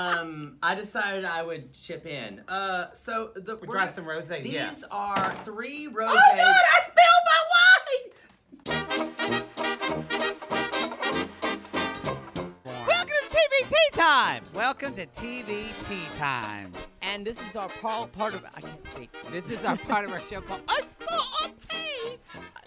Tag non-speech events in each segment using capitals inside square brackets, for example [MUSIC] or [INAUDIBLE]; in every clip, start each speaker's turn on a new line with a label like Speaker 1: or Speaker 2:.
Speaker 1: um, I decided I would chip in. Uh, so the
Speaker 2: We
Speaker 1: we're
Speaker 2: tried
Speaker 1: gonna-
Speaker 2: some rosé.
Speaker 1: These
Speaker 2: yes.
Speaker 1: are three rosés.
Speaker 2: Oh God! I spilled my wine.
Speaker 3: Welcome to TVT time.
Speaker 2: Welcome to TVT time.
Speaker 3: And this is our par- part of I can't speak.
Speaker 2: This is our part of our show called Oh,
Speaker 3: A spot on tea.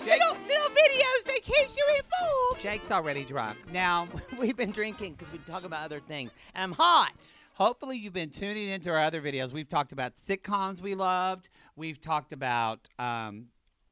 Speaker 2: Jake-
Speaker 3: Little little videos that keeps you informed.
Speaker 2: Jake's already drunk. Now,
Speaker 3: We've been drinking because we talk about other things, and I'm hot.
Speaker 2: hopefully you've been tuning into our other videos. We've talked about sitcoms we loved. We've talked about um,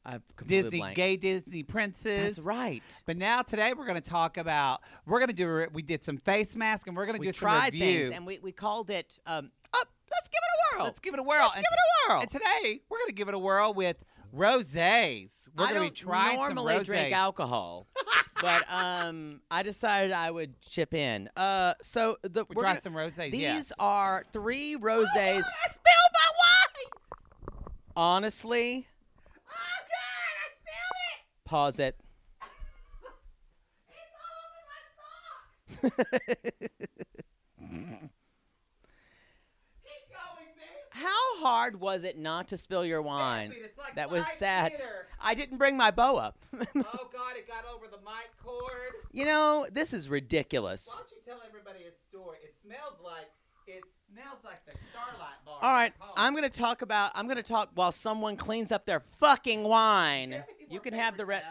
Speaker 3: I've completely
Speaker 2: Disney
Speaker 3: blanked.
Speaker 2: gay Disney princes.
Speaker 3: That's right.
Speaker 2: But now today we're going to talk about we're going to do a- we did some face masks and we're going to
Speaker 3: We
Speaker 2: do some
Speaker 3: tried
Speaker 2: review.
Speaker 3: things, and we, we called it. Um, oh, let's give it a whirl.
Speaker 2: Let's give it a whirl.
Speaker 3: Let's
Speaker 2: and
Speaker 3: give it a whirl.
Speaker 2: And today we're going to give it a whirl with rosés. We're
Speaker 3: I
Speaker 2: going to be
Speaker 3: don't
Speaker 2: trying some
Speaker 3: normally
Speaker 2: rosés.
Speaker 3: drink alcohol,
Speaker 2: [LAUGHS]
Speaker 3: but um, I decided I would chip in. Uh, so the
Speaker 2: we
Speaker 3: we're
Speaker 2: try
Speaker 3: gonna-
Speaker 2: some rosés.
Speaker 3: These
Speaker 2: yes. Oh,
Speaker 3: are three rosés.
Speaker 2: I spilled my wine.
Speaker 3: Honestly,
Speaker 2: Oh God! I spilled it.
Speaker 3: pause it.
Speaker 2: It's all over my sock.
Speaker 3: [LAUGHS]
Speaker 2: Keep going, man.
Speaker 3: How hard was it not to spill your wine?
Speaker 2: It's like
Speaker 3: That was
Speaker 2: live
Speaker 3: sad.
Speaker 2: theater.
Speaker 3: I didn't bring my bow up. [LAUGHS]
Speaker 2: oh God! It got over the mic cord.
Speaker 3: you know, this is ridiculous.
Speaker 2: Why don't you tell everybody a story? It smells like it smells like the Starlight Bar.
Speaker 3: All right, I'm going to talk about I'm going to talk while someone cleans up their fucking wine. You can have the rest.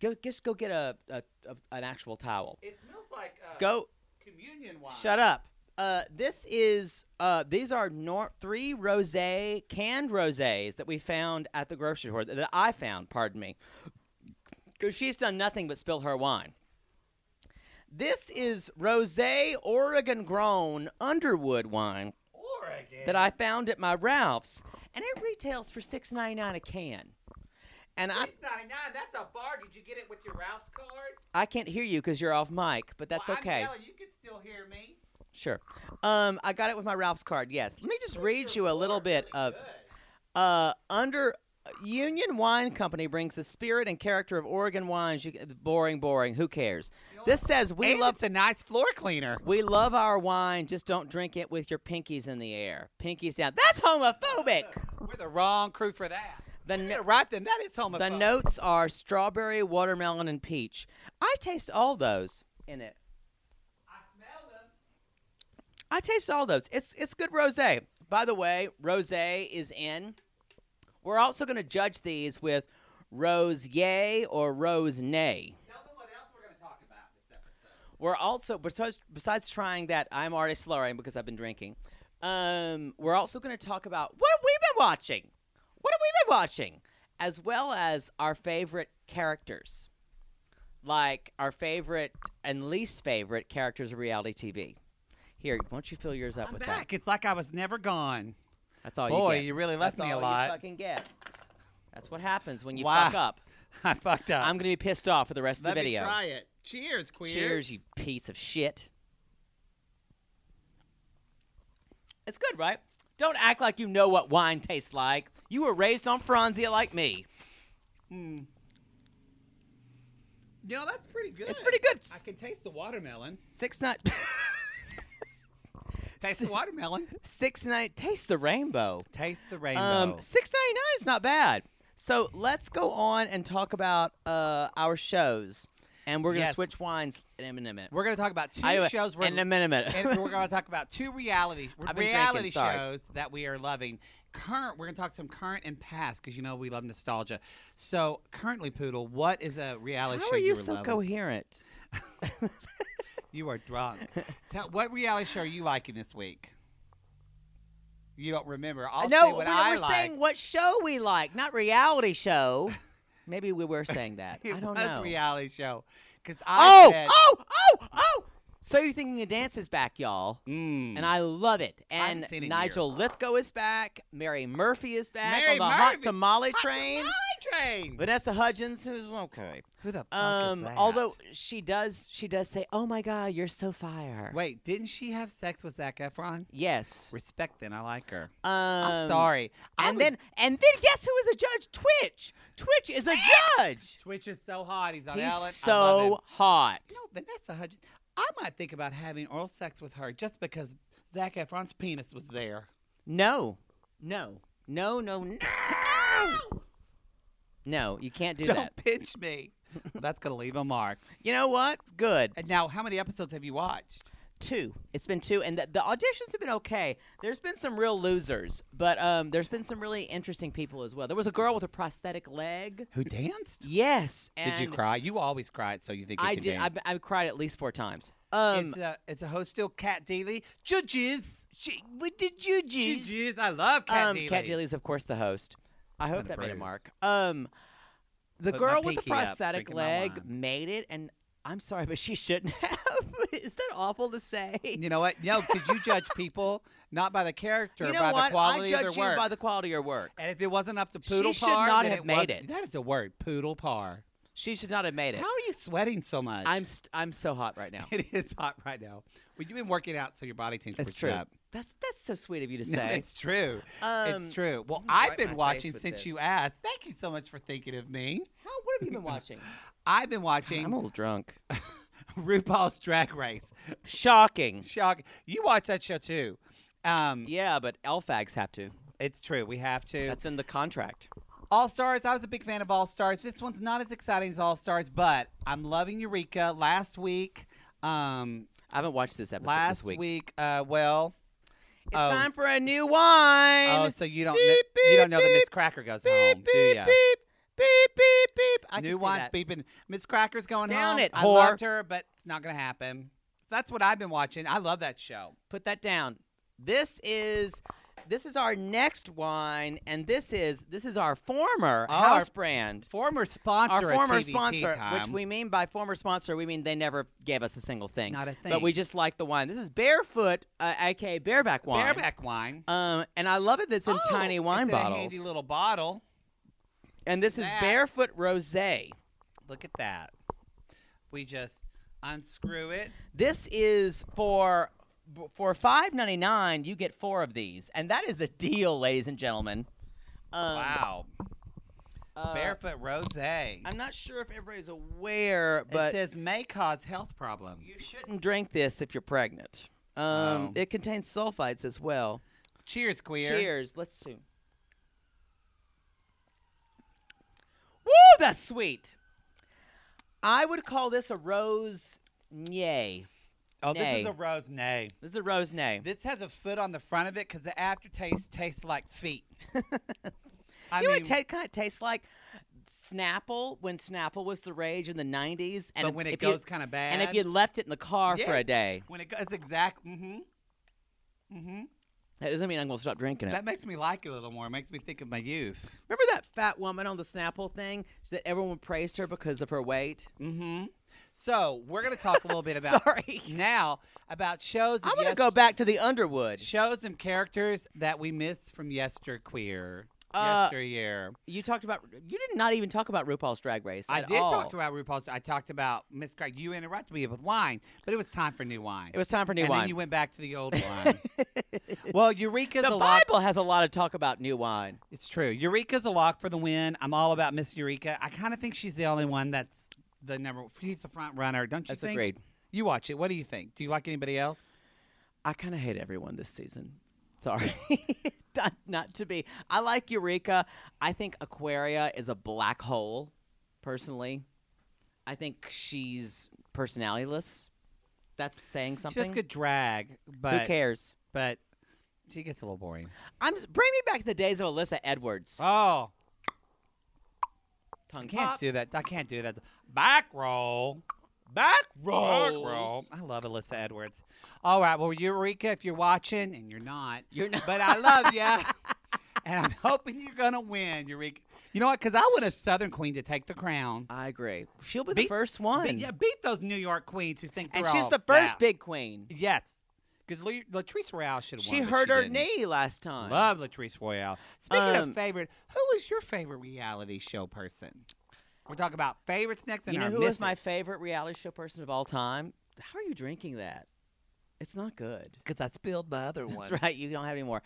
Speaker 3: Go just go get a, a, a an actual towel.
Speaker 2: It smells like uh,
Speaker 3: Go
Speaker 2: communion wine.
Speaker 3: Shut up. Uh, this is uh, these are nor- three rosé canned rosés that we found at the grocery store that I found. Pardon me, because she's done nothing but spill her wine. This is rosé Oregon grown Underwood wine
Speaker 2: Oregon.
Speaker 3: that I found at my Ralph's, and it retails for six ninety nine a can. And I
Speaker 2: Six ninety nine. That's a bar. Did you get it with your Ralph's card?
Speaker 3: I can't hear you because you're off mic, but that's
Speaker 2: Well, I'm
Speaker 3: okay.
Speaker 2: yelling. You can still hear me.
Speaker 3: Sure. Um, I got it with my Ralph's card. Yes. Let me just
Speaker 2: Look,
Speaker 3: read
Speaker 2: your
Speaker 3: you a little
Speaker 2: bar's
Speaker 3: bit
Speaker 2: really
Speaker 3: of
Speaker 2: good.
Speaker 3: uh, under Union Wine Company brings the spirit and character of Oregon wines. You, boring, boring. Who cares? This says we
Speaker 2: And
Speaker 3: love
Speaker 2: it's a nice floor cleaner.
Speaker 3: [LAUGHS] we love our wine. Just don't drink it with your pinkies in the air. Pinkies down. That's homophobic.
Speaker 2: We're the wrong crew for that.
Speaker 3: The
Speaker 2: Isn't
Speaker 3: no-
Speaker 2: it right then, that is homophobic.
Speaker 3: The notes are strawberry, watermelon, and peach. I taste all those in it.
Speaker 2: I smell them.
Speaker 3: I taste all those. It's it's good rosé. By the way, rosé is in. We're also going to judge these with rose yay or rose nay.
Speaker 2: Tell them what else we're going to talk about this episode.
Speaker 3: We're also besides besides trying that I'm already slurring because I've been drinking. Um, we're also going to talk about what have we been watching? What have we been watching? As well as our favorite characters. Like our favorite and least favorite characters of reality TV. Here, why don't you fill yours up
Speaker 2: I'm
Speaker 3: with
Speaker 2: back.
Speaker 3: that?
Speaker 2: It's like I was never gone.
Speaker 3: That's all
Speaker 2: Boy,
Speaker 3: Oh, you
Speaker 2: you,
Speaker 3: get.
Speaker 2: really left
Speaker 3: That's
Speaker 2: me a
Speaker 3: all
Speaker 2: lot.
Speaker 3: You fucking get. That's what happens when you
Speaker 2: Wow.
Speaker 3: fuck up.
Speaker 2: [LAUGHS] I fucked up.
Speaker 3: I'm gonna be pissed off for the rest of
Speaker 2: Let
Speaker 3: the
Speaker 2: me
Speaker 3: video.
Speaker 2: try it. Cheers, queers.
Speaker 3: Cheers, you piece of shit. It's good, right? Don't act like you know what wine tastes like. You were raised on Franzia like me.
Speaker 2: Mm. You know, that's pretty good.
Speaker 3: It's pretty good.
Speaker 2: I can taste the watermelon.
Speaker 3: Six night,
Speaker 2: Taste [LAUGHS] the watermelon.
Speaker 3: [LAUGHS] six night. Taste the rainbow.
Speaker 2: Taste the rainbow.
Speaker 3: Um, six ninety nine is not bad. So let's go on and talk about uh, our shows, and we're gonna
Speaker 2: Yes.
Speaker 3: switch wines in a minute.
Speaker 2: we're going to talk about two
Speaker 3: I-
Speaker 2: shows we're
Speaker 3: in a minute.
Speaker 2: [LAUGHS] and we're going to talk about two reality
Speaker 3: [LAUGHS] I've been
Speaker 2: reality
Speaker 3: drinking, sorry.
Speaker 2: shows that we are loving. Current, we're going to talk some current and past because you know we love nostalgia. So currently, Poodle, what is a reality
Speaker 3: How
Speaker 2: show
Speaker 3: are you
Speaker 2: were
Speaker 3: so
Speaker 2: loving?
Speaker 3: coherent?
Speaker 2: You are drunk.
Speaker 3: [LAUGHS]
Speaker 2: Tell, what reality show are you liking this week? You don't remember? I'll say
Speaker 3: no,
Speaker 2: what
Speaker 3: we're,
Speaker 2: I
Speaker 3: we're
Speaker 2: like. [LAUGHS]
Speaker 3: saying what show we like, not reality show. Maybe we were saying that.
Speaker 2: it
Speaker 3: I don't
Speaker 2: was
Speaker 3: know.
Speaker 2: reality show because I
Speaker 3: oh,
Speaker 2: said,
Speaker 3: oh, oh, oh! So you're thinking of dance is back, y'all,
Speaker 2: Mm.
Speaker 3: and I love it.
Speaker 2: haven't
Speaker 3: And
Speaker 2: seen it in
Speaker 3: Nigel Lithgow is back. Mary Murphy is back on
Speaker 2: Mary
Speaker 3: the hot
Speaker 2: Murphy.
Speaker 3: tamale
Speaker 2: Hot
Speaker 3: train.
Speaker 2: Tamale Train.
Speaker 3: Vanessa Hudgens, who's okay.
Speaker 2: Who the fuck
Speaker 3: Um,
Speaker 2: is that?
Speaker 3: although she does, she does say, "Oh my God, you're so fire."
Speaker 2: wait, didn't she have sex with Zach Efron?
Speaker 3: Yes.
Speaker 2: Respect, then I like her.
Speaker 3: Um,
Speaker 2: I'm sorry. I
Speaker 3: And
Speaker 2: was-
Speaker 3: then, and then, guess who is a judge? Twitch. Twitch is a judge.
Speaker 2: Twitch is so hot. He's on
Speaker 3: He's
Speaker 2: Ellen. I love him.
Speaker 3: so hot.
Speaker 2: You know, Vanessa Hudgens. I might think about having oral sex with her just because Zach Efron's penis was there.
Speaker 3: No, no, no, no, no. No, you can't do
Speaker 2: Don't
Speaker 3: that.
Speaker 2: pinch me. Well, that's gonna leave a mark.
Speaker 3: You know what? Good.
Speaker 2: And now, how many episodes have you watched?
Speaker 3: Two. It's been two, and the, the auditions have been okay. There's been some real losers, but um, there's been some really interesting people as well. There was a girl with a prosthetic leg.
Speaker 2: Who danced?
Speaker 3: Yes.
Speaker 2: Did you
Speaker 3: and
Speaker 2: cry? You always cry, so you think you
Speaker 3: I
Speaker 2: can
Speaker 3: did. I,
Speaker 2: dance.
Speaker 3: I cried at least four times. Um,
Speaker 2: it's a it's a host still Cat Daily judges.
Speaker 3: she- what did you do?
Speaker 2: Judges, I love Cat
Speaker 3: um,
Speaker 2: Daily.
Speaker 3: Kat Daly is, of course, the host. I hope
Speaker 2: Gonna
Speaker 3: that made a
Speaker 2: praise.
Speaker 3: mark. Um, the
Speaker 2: Put my
Speaker 3: girl with the
Speaker 2: pinky up,
Speaker 3: prosthetic
Speaker 2: drinking my
Speaker 3: leg
Speaker 2: wine.
Speaker 3: made it, and I'm sorry, but she shouldn't [LAUGHS] have. is that awful to say?
Speaker 2: You know what? No, because you judge people not by the character,
Speaker 3: You know
Speaker 2: by
Speaker 3: what?
Speaker 2: the quality
Speaker 3: I
Speaker 2: of
Speaker 3: judge
Speaker 2: their
Speaker 3: you
Speaker 2: work.
Speaker 3: by the quality of your work.
Speaker 2: and if it wasn't up to poodle
Speaker 3: should
Speaker 2: par,
Speaker 3: not
Speaker 2: then
Speaker 3: have
Speaker 2: it
Speaker 3: made
Speaker 2: wasn't-
Speaker 3: it.
Speaker 2: That is a word, poodle par.
Speaker 3: She should not have made it.
Speaker 2: How are you sweating so much?
Speaker 3: I'm st- I'm so hot right now.
Speaker 2: [LAUGHS] It is hot right now. Well, you've been working out, so your body temperature
Speaker 3: That's true.
Speaker 2: up.
Speaker 3: That's that's so sweet of you to
Speaker 2: [LAUGHS] No,
Speaker 3: say.
Speaker 2: it's true.
Speaker 3: Um,
Speaker 2: it's true. Well,
Speaker 3: I'm gonna wipe
Speaker 2: I've
Speaker 3: my
Speaker 2: been
Speaker 3: face
Speaker 2: watching
Speaker 3: with
Speaker 2: since you
Speaker 3: this.
Speaker 2: asked. Thank you so much for thinking of me.
Speaker 3: How? What have you
Speaker 2: [LAUGHS]
Speaker 3: been watching?
Speaker 2: I've been watching
Speaker 3: I'm a little drunk.
Speaker 2: [LAUGHS] RuPaul's Drag Race.
Speaker 3: [LAUGHS] Shocking.
Speaker 2: Shock! You watch that show too. Um,
Speaker 3: Yeah, but LFAGs have to.
Speaker 2: it's true. We have to.
Speaker 3: That's in the contract.
Speaker 2: All Stars. I was a big fan of All Stars. This one's not as exciting as All Stars, but I'm loving Eureka. Last week, um,
Speaker 3: I haven't watched this episode
Speaker 2: last
Speaker 3: this week.
Speaker 2: uh, well,
Speaker 3: It's
Speaker 2: oh.
Speaker 3: time for a new wine.
Speaker 2: oh, so you don't
Speaker 3: Beep,
Speaker 2: kn- you don't
Speaker 3: beep,
Speaker 2: know that Miss
Speaker 3: beep.
Speaker 2: Cracker goes
Speaker 3: beep,
Speaker 2: home,
Speaker 3: beep,
Speaker 2: do ya?
Speaker 3: beep, beep, beep, beep. I
Speaker 2: New
Speaker 3: can see
Speaker 2: wine's
Speaker 3: that.
Speaker 2: beeping. Miss Cracker's going
Speaker 3: Down
Speaker 2: home.
Speaker 3: it,
Speaker 2: I
Speaker 3: whore.
Speaker 2: loved her, but it's not gonna happen. That's what I've been watching. I love that show.
Speaker 3: Put that down. This is this is our next wine, and this is this is our former
Speaker 2: Oh,
Speaker 3: house
Speaker 2: our-
Speaker 3: brand.
Speaker 2: Former sponsor,
Speaker 3: our
Speaker 2: of
Speaker 3: former
Speaker 2: TVT
Speaker 3: sponsor, which
Speaker 2: time.
Speaker 3: we mean by former sponsor, we mean they never gave us a single thing.
Speaker 2: Not a thing.
Speaker 3: But we just like the wine. This is Barefoot, uh, aka Bareback wine.
Speaker 2: bareback wine.
Speaker 3: Um, and I love it. That's in
Speaker 2: Oh,
Speaker 3: tiny wine
Speaker 2: it's
Speaker 3: bottles.
Speaker 2: In a handy little bottle.
Speaker 3: and this is
Speaker 2: That-
Speaker 3: Barefoot Rosé.
Speaker 2: Look at that. We just unscrew it.
Speaker 3: This is for for five ninety nine. You get four of these, and that is a deal, ladies and gentlemen. Um,
Speaker 2: wow.
Speaker 3: uh,
Speaker 2: Barefoot rose.
Speaker 3: I'm not sure if everybody's aware,
Speaker 2: It
Speaker 3: but
Speaker 2: says may cause health problems.
Speaker 3: you shouldn't drink this if you're pregnant. Um,
Speaker 2: Oh.
Speaker 3: It contains sulfites as well.
Speaker 2: Cheers, queer.
Speaker 3: Cheers. Let's see. Woo, that's sweet. I would call this a rose nay.
Speaker 2: Oh, this
Speaker 3: Nay.
Speaker 2: is a rose nay.
Speaker 3: This is a rose nay.
Speaker 2: This has a foot on the front of it because the aftertaste tastes like
Speaker 3: [LAUGHS]
Speaker 2: feet. I
Speaker 3: you know
Speaker 2: mean,
Speaker 3: what it kind of tastes like? Snapple, when Snapple was the rage in the 90s. And
Speaker 2: but
Speaker 3: if-
Speaker 2: when it
Speaker 3: if you-
Speaker 2: goes kind of bad.
Speaker 3: And if you left it in the car for
Speaker 2: Yeah.
Speaker 3: a day,
Speaker 2: when it goes exact. Mm-hmm. Mm-hmm.
Speaker 3: that doesn't mean I'm going to stop drinking it.
Speaker 2: That makes me like it a little more. It makes me think of my youth.
Speaker 3: Remember that fat woman on the Snapple thing that everyone praised her because of her weight?
Speaker 2: Mm-hmm. So we're gonna talk a
Speaker 3: [LAUGHS]
Speaker 2: little bit [LAUGHS] about
Speaker 3: Sorry.
Speaker 2: now about shows.
Speaker 3: I'm
Speaker 2: of
Speaker 3: going to
Speaker 2: yes-
Speaker 3: go back to the Underwood.
Speaker 2: shows and characters that we miss from yesterqueer,
Speaker 3: Uh,
Speaker 2: yesteryear.
Speaker 3: You talked about. You did not even talk about RuPaul's Drag Race.
Speaker 2: I
Speaker 3: at
Speaker 2: did
Speaker 3: all.
Speaker 2: talk about RuPaul's. I talked about Miss Craig. You interrupted me with wine, but it was time for new wine.
Speaker 3: It was time for new
Speaker 2: and
Speaker 3: wine.
Speaker 2: then you went back to the
Speaker 3: [LAUGHS]
Speaker 2: old wine. well, Eureka's
Speaker 3: the
Speaker 2: a
Speaker 3: Bible
Speaker 2: lock.
Speaker 3: has a lot of talk about new wine.
Speaker 2: It's true. Eureka's a lock for the win. I'm all about Miss Eureka. I kind of think she's the only one that's the number. She's the front runner, don't you
Speaker 3: That's
Speaker 2: think?
Speaker 3: agreed.
Speaker 2: You watch it. What do you think? Do you like anybody else?
Speaker 3: I kind of hate everyone this season. Sorry, [LAUGHS] not, not to be. I like Eureka. I think Aquaria is a black hole. Personally, I think she's personalityless. That's saying
Speaker 2: She
Speaker 3: something.
Speaker 2: does good drag, but
Speaker 3: Who cares?
Speaker 2: but she gets a little boring.
Speaker 3: I'm s- bring me back to the days of Alyssa Edwards.
Speaker 2: Oh.
Speaker 3: Tongue
Speaker 2: Can't
Speaker 3: pop.
Speaker 2: do that. I can't do that. Back roll.
Speaker 3: back
Speaker 2: Back
Speaker 3: rolls.
Speaker 2: roll. I love Alyssa Edwards. All right. Well, Eureka, if you're watching, and you're not,
Speaker 3: You're not.
Speaker 2: but I
Speaker 3: [LAUGHS]
Speaker 2: love you. and I'm hoping you're going to win, Eureka. You know what? Because I want a Southern Queen to take the crown.
Speaker 3: I agree. She'll be the
Speaker 2: Beat-
Speaker 3: first one.
Speaker 2: Beat, yeah, beat those New York queens who think
Speaker 3: And
Speaker 2: they're
Speaker 3: she's
Speaker 2: all
Speaker 3: the first
Speaker 2: that.
Speaker 3: big queen.
Speaker 2: Yes. Because Latrice Royale should have won.
Speaker 3: She
Speaker 2: but
Speaker 3: hurt
Speaker 2: she
Speaker 3: her
Speaker 2: didn't.
Speaker 3: knee last time.
Speaker 2: Love Latrice Royale. Speaking
Speaker 3: Um,
Speaker 2: of favorite, who was your favorite reality show person? We're talking about favorites next, and
Speaker 3: you know
Speaker 2: our
Speaker 3: who is
Speaker 2: misses.
Speaker 3: my favorite reality show person of all time? How are you drinking that? It's not good. [LAUGHS]
Speaker 2: Because I spilled my other one.
Speaker 3: That's right. You don't have any more.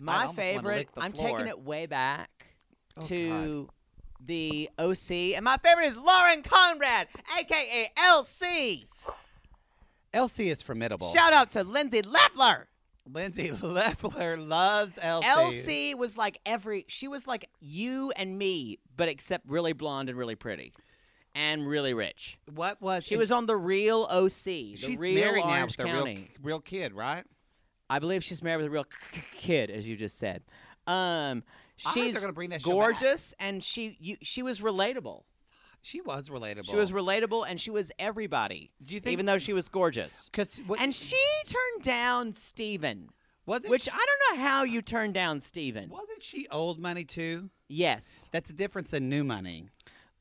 Speaker 3: My
Speaker 2: almost wanna
Speaker 3: favorite.
Speaker 2: lick the
Speaker 3: I'm
Speaker 2: floor.
Speaker 3: taking it way back
Speaker 2: Oh,
Speaker 3: to the OC, and my favorite is Lauren Conrad, aka LC.
Speaker 2: Elsie is formidable.
Speaker 3: Shout out to Lindsay Leffler.
Speaker 2: Lindsay [LAUGHS] Leffler loves Elsie.
Speaker 3: Elsie was like every she was like you and me, but except really blonde and really pretty. And really rich.
Speaker 2: What was
Speaker 3: She was on the real OC. The
Speaker 2: She's
Speaker 3: real
Speaker 2: married
Speaker 3: Orange
Speaker 2: now with
Speaker 3: County.
Speaker 2: a real, real kid, right?
Speaker 3: I believe she's married with a real k- k- kid, as you just said. Um,
Speaker 2: I heard they're
Speaker 3: she's
Speaker 2: gonna bring that show back.
Speaker 3: gorgeous, and she you, she was relatable.
Speaker 2: She was relatable.
Speaker 3: She was relatable, and she was everybody.
Speaker 2: Do you think-
Speaker 3: even though she was gorgeous,
Speaker 2: because
Speaker 3: and she turned down Steven,
Speaker 2: wasn't
Speaker 3: which
Speaker 2: she,
Speaker 3: I don't know how you turned down Steven.
Speaker 2: wasn't she old money too?
Speaker 3: Yes,
Speaker 2: That's the difference in new money.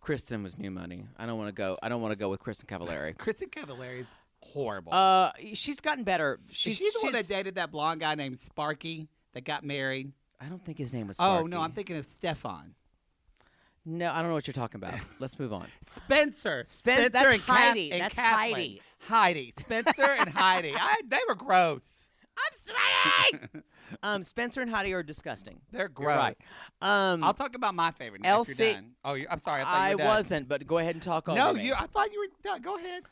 Speaker 3: Kristen was new money. I don't want to go. I don't want to go with Kristen Cavallari.
Speaker 2: Kristen Cavallari's horrible.
Speaker 3: uh, she's gotten better. She's,
Speaker 2: She's, the one that
Speaker 3: she's-
Speaker 2: dated that blonde guy named Sparky that got married.
Speaker 3: I don't think his name was.
Speaker 2: Oh
Speaker 3: Sparky.
Speaker 2: no, I'm thinking of Stefan.
Speaker 3: No, I don't know what you're talking
Speaker 2: [LAUGHS]
Speaker 3: about. Let's move on.
Speaker 2: Spencer.
Speaker 3: Spen-
Speaker 2: Spencer
Speaker 3: that's
Speaker 2: and Kath-
Speaker 3: Heidi.
Speaker 2: and
Speaker 3: That's
Speaker 2: Kathleen.
Speaker 3: Heidi.
Speaker 2: Heidi. Spencer and Heidi. I, they were gross.
Speaker 3: I'm
Speaker 2: [LAUGHS]
Speaker 3: sweating. um, Spencer and Heidi are disgusting.
Speaker 2: They're
Speaker 3: You're
Speaker 2: gross.
Speaker 3: right. Um,
Speaker 2: I'll talk about my favorite. now if you're
Speaker 3: Elsie-
Speaker 2: done. Oh, you're, I'm sorry. I, thought
Speaker 3: I
Speaker 2: you were done.
Speaker 3: wasn't, but go ahead and talk over
Speaker 2: No,
Speaker 3: me.
Speaker 2: you. I thought you were done. Go ahead.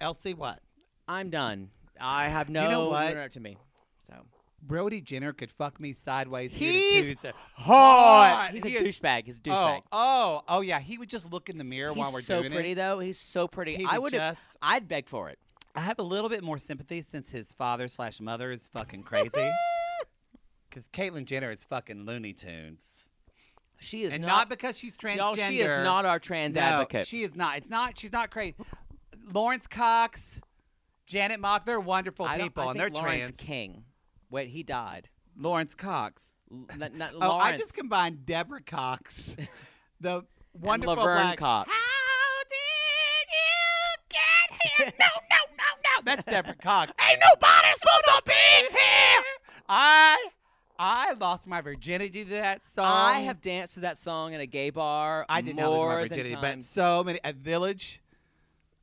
Speaker 2: Elsie, what?
Speaker 3: I'm done. I have no.
Speaker 2: know what?
Speaker 3: you're up to me. So
Speaker 2: Brody Jenner could fuck me sideways here
Speaker 3: He's
Speaker 2: to Tuesday.
Speaker 3: hot. He's a
Speaker 2: He is-
Speaker 3: douchebag. He's a douchebag.
Speaker 2: Oh, oh, oh, yeah. He would just look in the mirror while we're
Speaker 3: He's so
Speaker 2: doing
Speaker 3: pretty
Speaker 2: it.
Speaker 3: though. He's so pretty.
Speaker 2: He
Speaker 3: I
Speaker 2: would
Speaker 3: would.
Speaker 2: just-
Speaker 3: I'd beg for it.
Speaker 2: I have a little bit more sympathy since his father slash mother is
Speaker 3: [LAUGHS]
Speaker 2: fucking crazy. Because Caitlyn Jenner is fucking Looney Tunes,
Speaker 3: She is
Speaker 2: and not,
Speaker 3: not.
Speaker 2: because she's transgender.
Speaker 3: y'all, she is not our trans
Speaker 2: no,
Speaker 3: advocate.
Speaker 2: She is not. It's not. She's not crazy. Lawrence Cox, Janet Mock, they're wonderful
Speaker 3: I don't-
Speaker 2: people,
Speaker 3: I
Speaker 2: and they're
Speaker 3: think Lawrence
Speaker 2: trans.
Speaker 3: King. Wait, he died.
Speaker 2: Lawrence Cox.
Speaker 3: L- not, not
Speaker 2: [LAUGHS] Oh,
Speaker 3: Lawrence.
Speaker 2: I just combined Deborah
Speaker 3: [LAUGHS]
Speaker 2: Cox, the wonderful
Speaker 3: Laverne
Speaker 2: black-
Speaker 3: Cox.
Speaker 2: How did you
Speaker 3: [LAUGHS]
Speaker 2: get here? No, no, no, no. That's Deborah Cox. Ain't
Speaker 3: nobody
Speaker 2: supposed to be here. I I lost my virginity to that song.
Speaker 3: I have danced to that song in a gay bar.
Speaker 2: I did
Speaker 3: more
Speaker 2: not lose my
Speaker 3: than
Speaker 2: virginity, but
Speaker 3: times.
Speaker 2: so many at Village,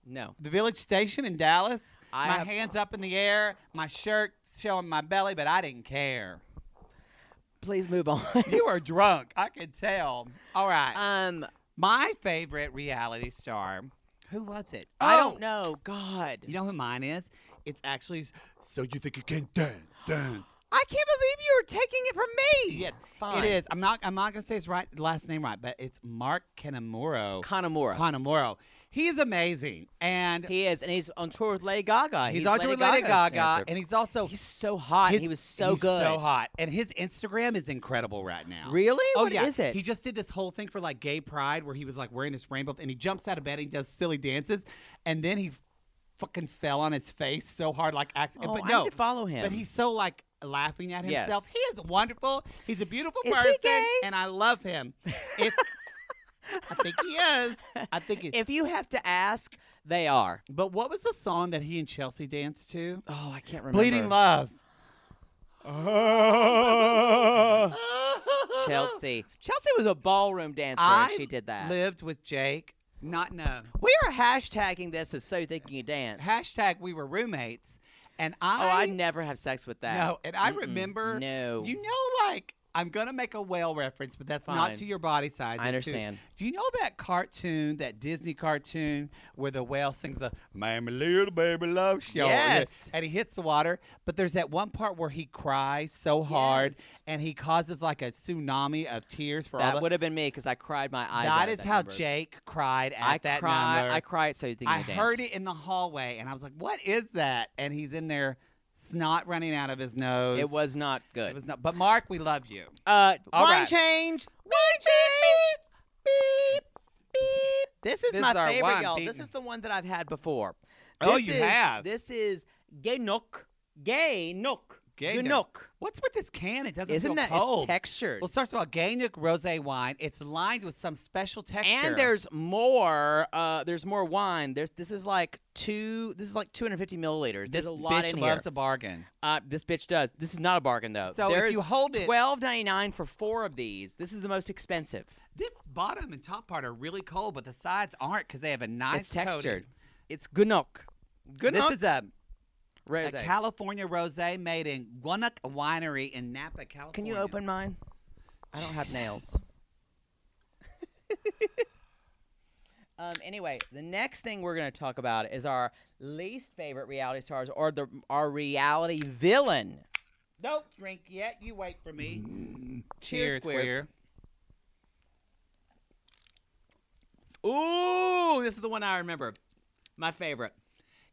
Speaker 3: no.
Speaker 2: the Village Station in Dallas.
Speaker 3: I
Speaker 2: my
Speaker 3: have-
Speaker 2: hands up in the air, my shirt showing my belly, but I didn't care.
Speaker 3: Please move
Speaker 2: [LAUGHS]
Speaker 3: on.
Speaker 2: You were drunk, I could tell. All right.
Speaker 3: um,
Speaker 2: My favorite reality star. Who was it?
Speaker 3: I
Speaker 2: Oh,
Speaker 3: don't know. God,
Speaker 2: You know who mine is? It's actually So You Think You Can Dance, Dance.
Speaker 3: I can't believe you were taking it from me.
Speaker 2: Yeah,
Speaker 3: Fine.
Speaker 2: it is. I'm not I'm not gonna say his right last name right, but it's Mark Canamoro.
Speaker 3: Connemara.
Speaker 2: Canamoro. He's amazing. And
Speaker 3: he is, and he's on tour with Lady Gaga.
Speaker 2: he's, on tour with Lady
Speaker 3: Gaga's
Speaker 2: Gaga,
Speaker 3: dancer.
Speaker 2: and he's also
Speaker 3: he's so hot. and
Speaker 2: his-
Speaker 3: he was so
Speaker 2: he's
Speaker 3: good.
Speaker 2: so hot. And his Instagram is incredible right now.
Speaker 3: Really?
Speaker 2: Oh
Speaker 3: What
Speaker 2: yeah.
Speaker 3: is it?
Speaker 2: He just did this whole thing for like gay pride where he was like wearing this rainbow and he jumps out of bed and he does silly dances and then he fucking fell on his face so hard like accident.
Speaker 3: Oh,
Speaker 2: but
Speaker 3: I
Speaker 2: no,
Speaker 3: need to follow him.
Speaker 2: But he's so like laughing at himself.
Speaker 3: Yes.
Speaker 2: He is wonderful. He's a beautiful
Speaker 3: Is he
Speaker 2: person
Speaker 3: gay?
Speaker 2: and I love him.
Speaker 3: [LAUGHS]
Speaker 2: If I think he is. I think it's
Speaker 3: if you have to ask, they are.
Speaker 2: But what was the song that he and Chelsea danced to?
Speaker 3: Oh, I can't remember.
Speaker 2: Bleeding [GASPS] Love.
Speaker 3: [LAUGHS] Chelsea. Chelsea was a ballroom dancer. and
Speaker 2: I
Speaker 3: she did that.
Speaker 2: Lived with Jake. Not no.
Speaker 3: we are hashtagging this as so thinking you dance.
Speaker 2: Hashtag we were roommates. And I
Speaker 3: oh, I'd never have sex with that.
Speaker 2: no, and I
Speaker 3: Mm-mm.
Speaker 2: remember
Speaker 3: No.
Speaker 2: You know, like I'm gonna make a whale reference, but that's not
Speaker 3: Fine.
Speaker 2: to your body size.
Speaker 3: I
Speaker 2: it's to-
Speaker 3: understand.
Speaker 2: do you know that cartoon, that Disney cartoon, where the whale sings the "Mammy little baby loves you,"
Speaker 3: Yes.
Speaker 2: and he hits the water? But there's that one part where he cries so hard,
Speaker 3: Yes.
Speaker 2: and he causes like a tsunami of tears for all.
Speaker 3: that
Speaker 2: the-
Speaker 3: would have been me because I cried my eyes out.
Speaker 2: that
Speaker 3: at
Speaker 2: is how
Speaker 3: number.
Speaker 2: Jake cried at
Speaker 3: I
Speaker 2: that
Speaker 3: cried.
Speaker 2: number.
Speaker 3: I cried so thinking
Speaker 2: I
Speaker 3: you dance.
Speaker 2: heard it in the hallway, and I was like, "What is that?" And he's in there, snot running out of his nose.
Speaker 3: It was not good.
Speaker 2: It was not. But Mark, we love you.
Speaker 3: uh,
Speaker 2: All
Speaker 3: wine
Speaker 2: right.
Speaker 3: change. Wine change. Beep beep. This is
Speaker 2: This
Speaker 3: my
Speaker 2: is our
Speaker 3: favorite,
Speaker 2: wine
Speaker 3: y'all.
Speaker 2: beating.
Speaker 3: This is the one that I've had before.
Speaker 2: Oh,
Speaker 3: This
Speaker 2: you
Speaker 3: is-
Speaker 2: have.
Speaker 3: This is gay nook. Gay nook.
Speaker 2: Gay
Speaker 3: nook.
Speaker 2: What's with this can? It doesn't
Speaker 3: Isn't
Speaker 2: feel
Speaker 3: that
Speaker 2: cold.
Speaker 3: it's textured?
Speaker 2: Well, first of all, Gagnec rosé wine. It's lined with some special texture.
Speaker 3: and there's more. Uh, there's more wine. There's this is like two. This is like 250 milliliters.
Speaker 2: this
Speaker 3: There's a lot
Speaker 2: bitch
Speaker 3: in here.
Speaker 2: loves a bargain.
Speaker 3: Uh, this bitch does. This is not a bargain though.
Speaker 2: So
Speaker 3: There
Speaker 2: if you
Speaker 3: is
Speaker 2: hold it-
Speaker 3: 12.99 for four of these. This is the most expensive.
Speaker 2: This bottom and top part are really cold, but the sides aren't because they have a nice
Speaker 3: it's textured.
Speaker 2: coating.
Speaker 3: It's gunok. Gunok.
Speaker 2: This is a, a
Speaker 3: rosé.
Speaker 2: California rosé made in Guanac Winery in Napa, California.
Speaker 3: Can you open mine? I don't have nails. [LAUGHS] Um, anyway, the next thing we're going to talk about is our least favorite reality stars or the our reality villain.
Speaker 2: Don't drink yet. You wait for me.
Speaker 3: Mm. Cheers,
Speaker 2: Cheers,
Speaker 3: queer.
Speaker 2: queer.
Speaker 3: Ooh, this is the one I remember. My favorite.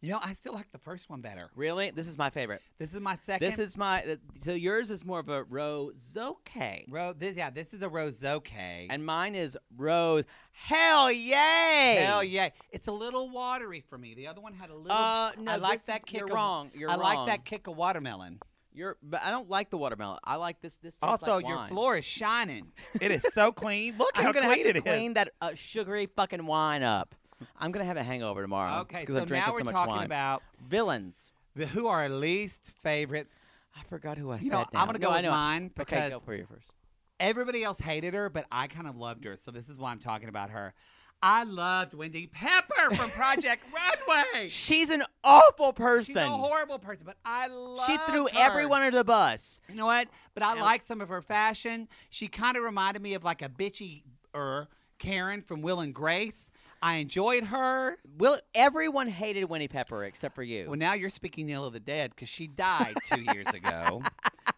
Speaker 2: You know, I still like the first one better.
Speaker 3: Really? This is my favorite.
Speaker 2: This is my second.
Speaker 3: This is my uh, so yours is more of a rose okay.
Speaker 2: Ro- this, yeah, this is a rosoke.
Speaker 3: And mine is rose. Hell yay!
Speaker 2: Hell yeah. It's a little watery for me. The other one had a little.
Speaker 3: Uh, no,
Speaker 2: I like
Speaker 3: this
Speaker 2: that
Speaker 3: is-
Speaker 2: kick
Speaker 3: You're
Speaker 2: of-
Speaker 3: wrong. You're
Speaker 2: I
Speaker 3: wrong.
Speaker 2: like that kick of watermelon.
Speaker 3: You're, but I don't like the watermelon. I like this. This tastes
Speaker 2: also,
Speaker 3: like
Speaker 2: your
Speaker 3: wine.
Speaker 2: floor is shining. It is
Speaker 3: [LAUGHS]
Speaker 2: so clean. Look
Speaker 3: I'm
Speaker 2: how
Speaker 3: gonna
Speaker 2: clean
Speaker 3: have
Speaker 2: it
Speaker 3: to
Speaker 2: is.
Speaker 3: clean that uh, sugary fucking wine up. I'm gonna have a hangover tomorrow.
Speaker 2: Okay,
Speaker 3: because
Speaker 2: so
Speaker 3: I'm drinking
Speaker 2: now we're
Speaker 3: so much
Speaker 2: talking
Speaker 3: wine.
Speaker 2: about
Speaker 3: villains.
Speaker 2: the, who are our least favorite.
Speaker 3: I forgot who I said.
Speaker 2: You know, I'm gonna go
Speaker 3: no, I
Speaker 2: with
Speaker 3: know.
Speaker 2: mine because
Speaker 3: Okay, go for you first.
Speaker 2: everybody else hated her, but I kind of loved her. So this is why I'm talking about her. I loved Wendy Pepper from Project
Speaker 3: [LAUGHS]
Speaker 2: Runway.
Speaker 3: She's an awful person.
Speaker 2: She's a horrible person, but I love.
Speaker 3: she threw
Speaker 2: her.
Speaker 3: everyone under the bus.
Speaker 2: You know what? But I
Speaker 3: And-
Speaker 2: like some of her fashion. She kind of reminded me of like a bitchy er Karen from Will and Grace. I enjoyed her.
Speaker 3: Will everyone hated Winnie Pepper except for you?
Speaker 2: Well, now you're speaking ill of the dead because she died two
Speaker 3: [LAUGHS]
Speaker 2: years ago.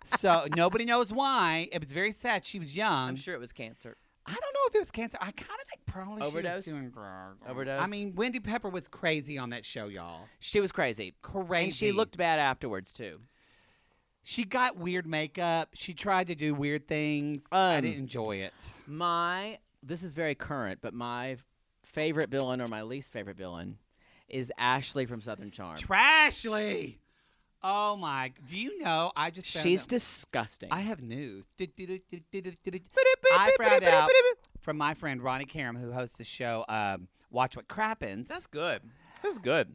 Speaker 2: So nobody knows why. It was very sad. She was young.
Speaker 3: I'm sure it was cancer.
Speaker 2: I don't know if it was cancer. I kind of think probably
Speaker 3: Overdose?
Speaker 2: she was doing drugs.
Speaker 3: Overdose?
Speaker 2: I mean, Wendy Pepper was crazy on that show, y'all.
Speaker 3: She was crazy.
Speaker 2: Crazy.
Speaker 3: And she looked bad afterwards too.
Speaker 2: She got weird makeup. She tried to do weird things. I
Speaker 3: Um,
Speaker 2: didn't enjoy it.
Speaker 3: My this is very current, but my favorite villain or my least favorite villain is Ashley from Southern Charm.
Speaker 2: Trashly. Oh my! Do you know? I just found
Speaker 3: She's
Speaker 2: out-
Speaker 3: disgusting.
Speaker 2: I have news. I found out from my friend Ronnie Karam, who hosts the show um, Watch What Crappens.
Speaker 3: good. That's good.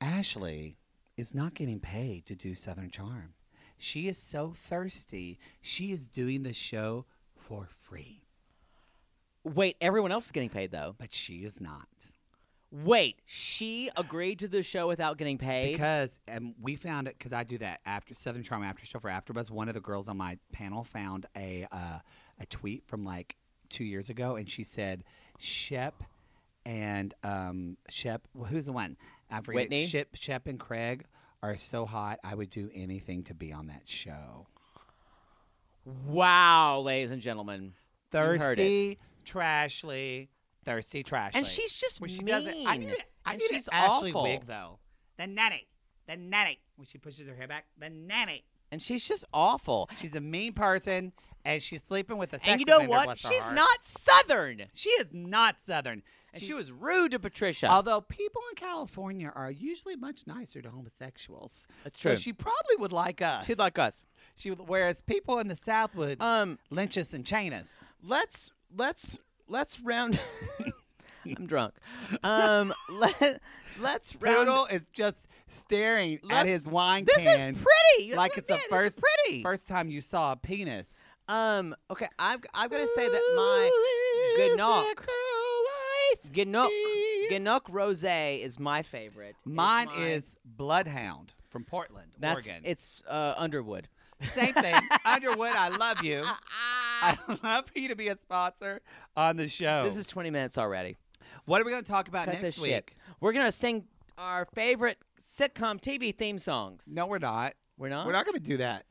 Speaker 2: Ashley is not getting paid to do Southern Charm. She is so thirsty. She is doing the show for free,
Speaker 3: Wait, everyone else is getting paid though.
Speaker 2: but she is not
Speaker 3: Wait, she agreed to the show without getting paid.
Speaker 2: because and we found it because I do that after Southern Charm after show for AfterBuzz. One of the girls on my panel found a uh, a tweet from like two years ago, and she said Shep and um, Shep. well, who's the one? I forget.
Speaker 3: Whitney?
Speaker 2: Shep, Shep and Craig are so hot. I would do anything to be on that show.
Speaker 3: wow, ladies and gentlemen. You heard it.
Speaker 2: thirsty, trashly, thirsty, trashly.
Speaker 3: And she's just
Speaker 2: Where she
Speaker 3: mean.
Speaker 2: does it. I need it. I
Speaker 3: and
Speaker 2: need
Speaker 3: she's
Speaker 2: an Ashley
Speaker 3: awful.
Speaker 2: wig though. The nanny, the nanny. When she pushes her hair back, the nanny.
Speaker 3: And she's just awful.
Speaker 2: She's a mean person, and she's sleeping with a. Sex
Speaker 3: and you know
Speaker 2: offender,
Speaker 3: what?
Speaker 2: bless her
Speaker 3: She's
Speaker 2: heart.
Speaker 3: not Southern.
Speaker 2: She is not Southern.
Speaker 3: And she was rude to Patricia.
Speaker 2: Although people in California are usually much nicer to homosexuals,
Speaker 3: That's
Speaker 2: so she probably would like us.
Speaker 3: She's like us.
Speaker 2: she, would- whereas people in the South would
Speaker 3: Um,
Speaker 2: lynch us and chain us.
Speaker 3: let's let's let's round. [LAUGHS] I'm drunk. Um, [LAUGHS] let let's round.
Speaker 2: Poodle is just staring at
Speaker 3: Let's-
Speaker 2: his wine
Speaker 3: This is
Speaker 2: can.
Speaker 3: pretty. You
Speaker 2: like
Speaker 3: haven't
Speaker 2: it's the
Speaker 3: been- this is
Speaker 2: first-
Speaker 3: pretty.
Speaker 2: First time you saw a penis.
Speaker 3: Um. Okay. I've I've got to say that my good knock.
Speaker 2: [LAUGHS]
Speaker 3: Gnoc Gnoc Rose is my favorite. It's
Speaker 2: Mine
Speaker 3: my-
Speaker 2: is Bloodhound from Portland,
Speaker 3: that's
Speaker 2: Oregon.
Speaker 3: it's uh, Underwood.
Speaker 2: Same
Speaker 3: [LAUGHS]
Speaker 2: thing. Underwood, I love you. I'd love for you to be a sponsor on the show.
Speaker 3: This is 20 minutes already.
Speaker 2: what are we going to talk about
Speaker 3: Cut
Speaker 2: next
Speaker 3: this
Speaker 2: week?
Speaker 3: shit. We're gonna sing our favorite sitcom TV theme songs.
Speaker 2: No, we're not.
Speaker 3: we're not.
Speaker 2: We're not going to
Speaker 3: [LAUGHS]
Speaker 2: do that.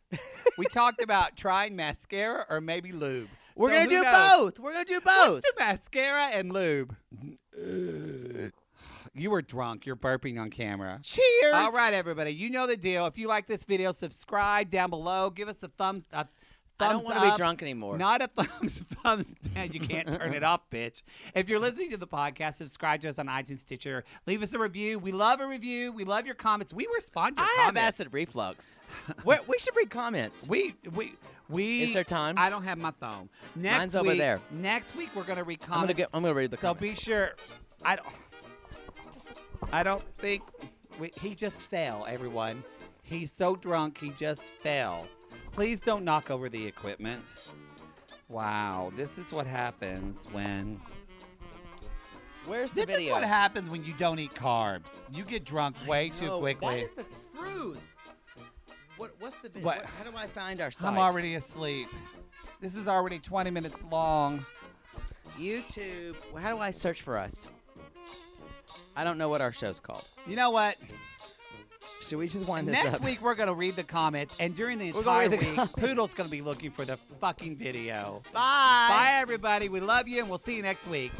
Speaker 2: we talked about trying mascara or maybe lube.
Speaker 3: We're
Speaker 2: So
Speaker 3: gonna
Speaker 2: who
Speaker 3: do
Speaker 2: knows?
Speaker 3: both. We're gonna do both.
Speaker 2: Let's do mascara and lube. [SIGHS] you were drunk. You're burping on camera.
Speaker 3: Cheers.
Speaker 2: All right, everybody. You know the deal. If you like this video, subscribe down below. Give us a thumbs up.
Speaker 3: I don't
Speaker 2: want
Speaker 3: want to be drunk anymore.
Speaker 2: Not a [LAUGHS] thumbs thumbs down. You can't turn it off, bitch. If you're listening to the podcast, subscribe to us on iTunes, Stitcher. Leave us a review. We love a review. We love your comments. We respond to your
Speaker 3: I have
Speaker 2: comments.
Speaker 3: acid reflux. We're, we should read
Speaker 2: [LAUGHS]
Speaker 3: comments.
Speaker 2: We we we.
Speaker 3: Is there time?
Speaker 2: I don't have my phone. Next
Speaker 3: Mine's over
Speaker 2: week-
Speaker 3: there.
Speaker 2: Next week we're gonna read
Speaker 3: I'm
Speaker 2: comments.
Speaker 3: gonna go, I'm gonna read the
Speaker 2: so
Speaker 3: comments.
Speaker 2: be sure. I don't. I don't think we, he just fell. Everyone, he's so drunk he just fell. Please don't knock over the equipment. Wow, this is what happens when.
Speaker 3: Where's the
Speaker 2: This
Speaker 3: video?
Speaker 2: is what happens when you don't eat carbs. You get drunk way too
Speaker 3: No,
Speaker 2: quickly.
Speaker 3: That is the truth. What, what's the video?
Speaker 2: What?
Speaker 3: What- how do I find our site?
Speaker 2: I'm already asleep. This is already 20 minutes long.
Speaker 3: YouTube. How do I search for us? I don't know what our show's called.
Speaker 2: You know what?
Speaker 3: Should we just wind this
Speaker 2: Next
Speaker 3: up?
Speaker 2: week we're gonna read the comments, and during the
Speaker 3: We're gonna
Speaker 2: entire
Speaker 3: read the
Speaker 2: week, Poodle's gonna be looking for the fucking video.
Speaker 3: Bye.
Speaker 2: Bye, everybody. We love you, and we'll see you next week.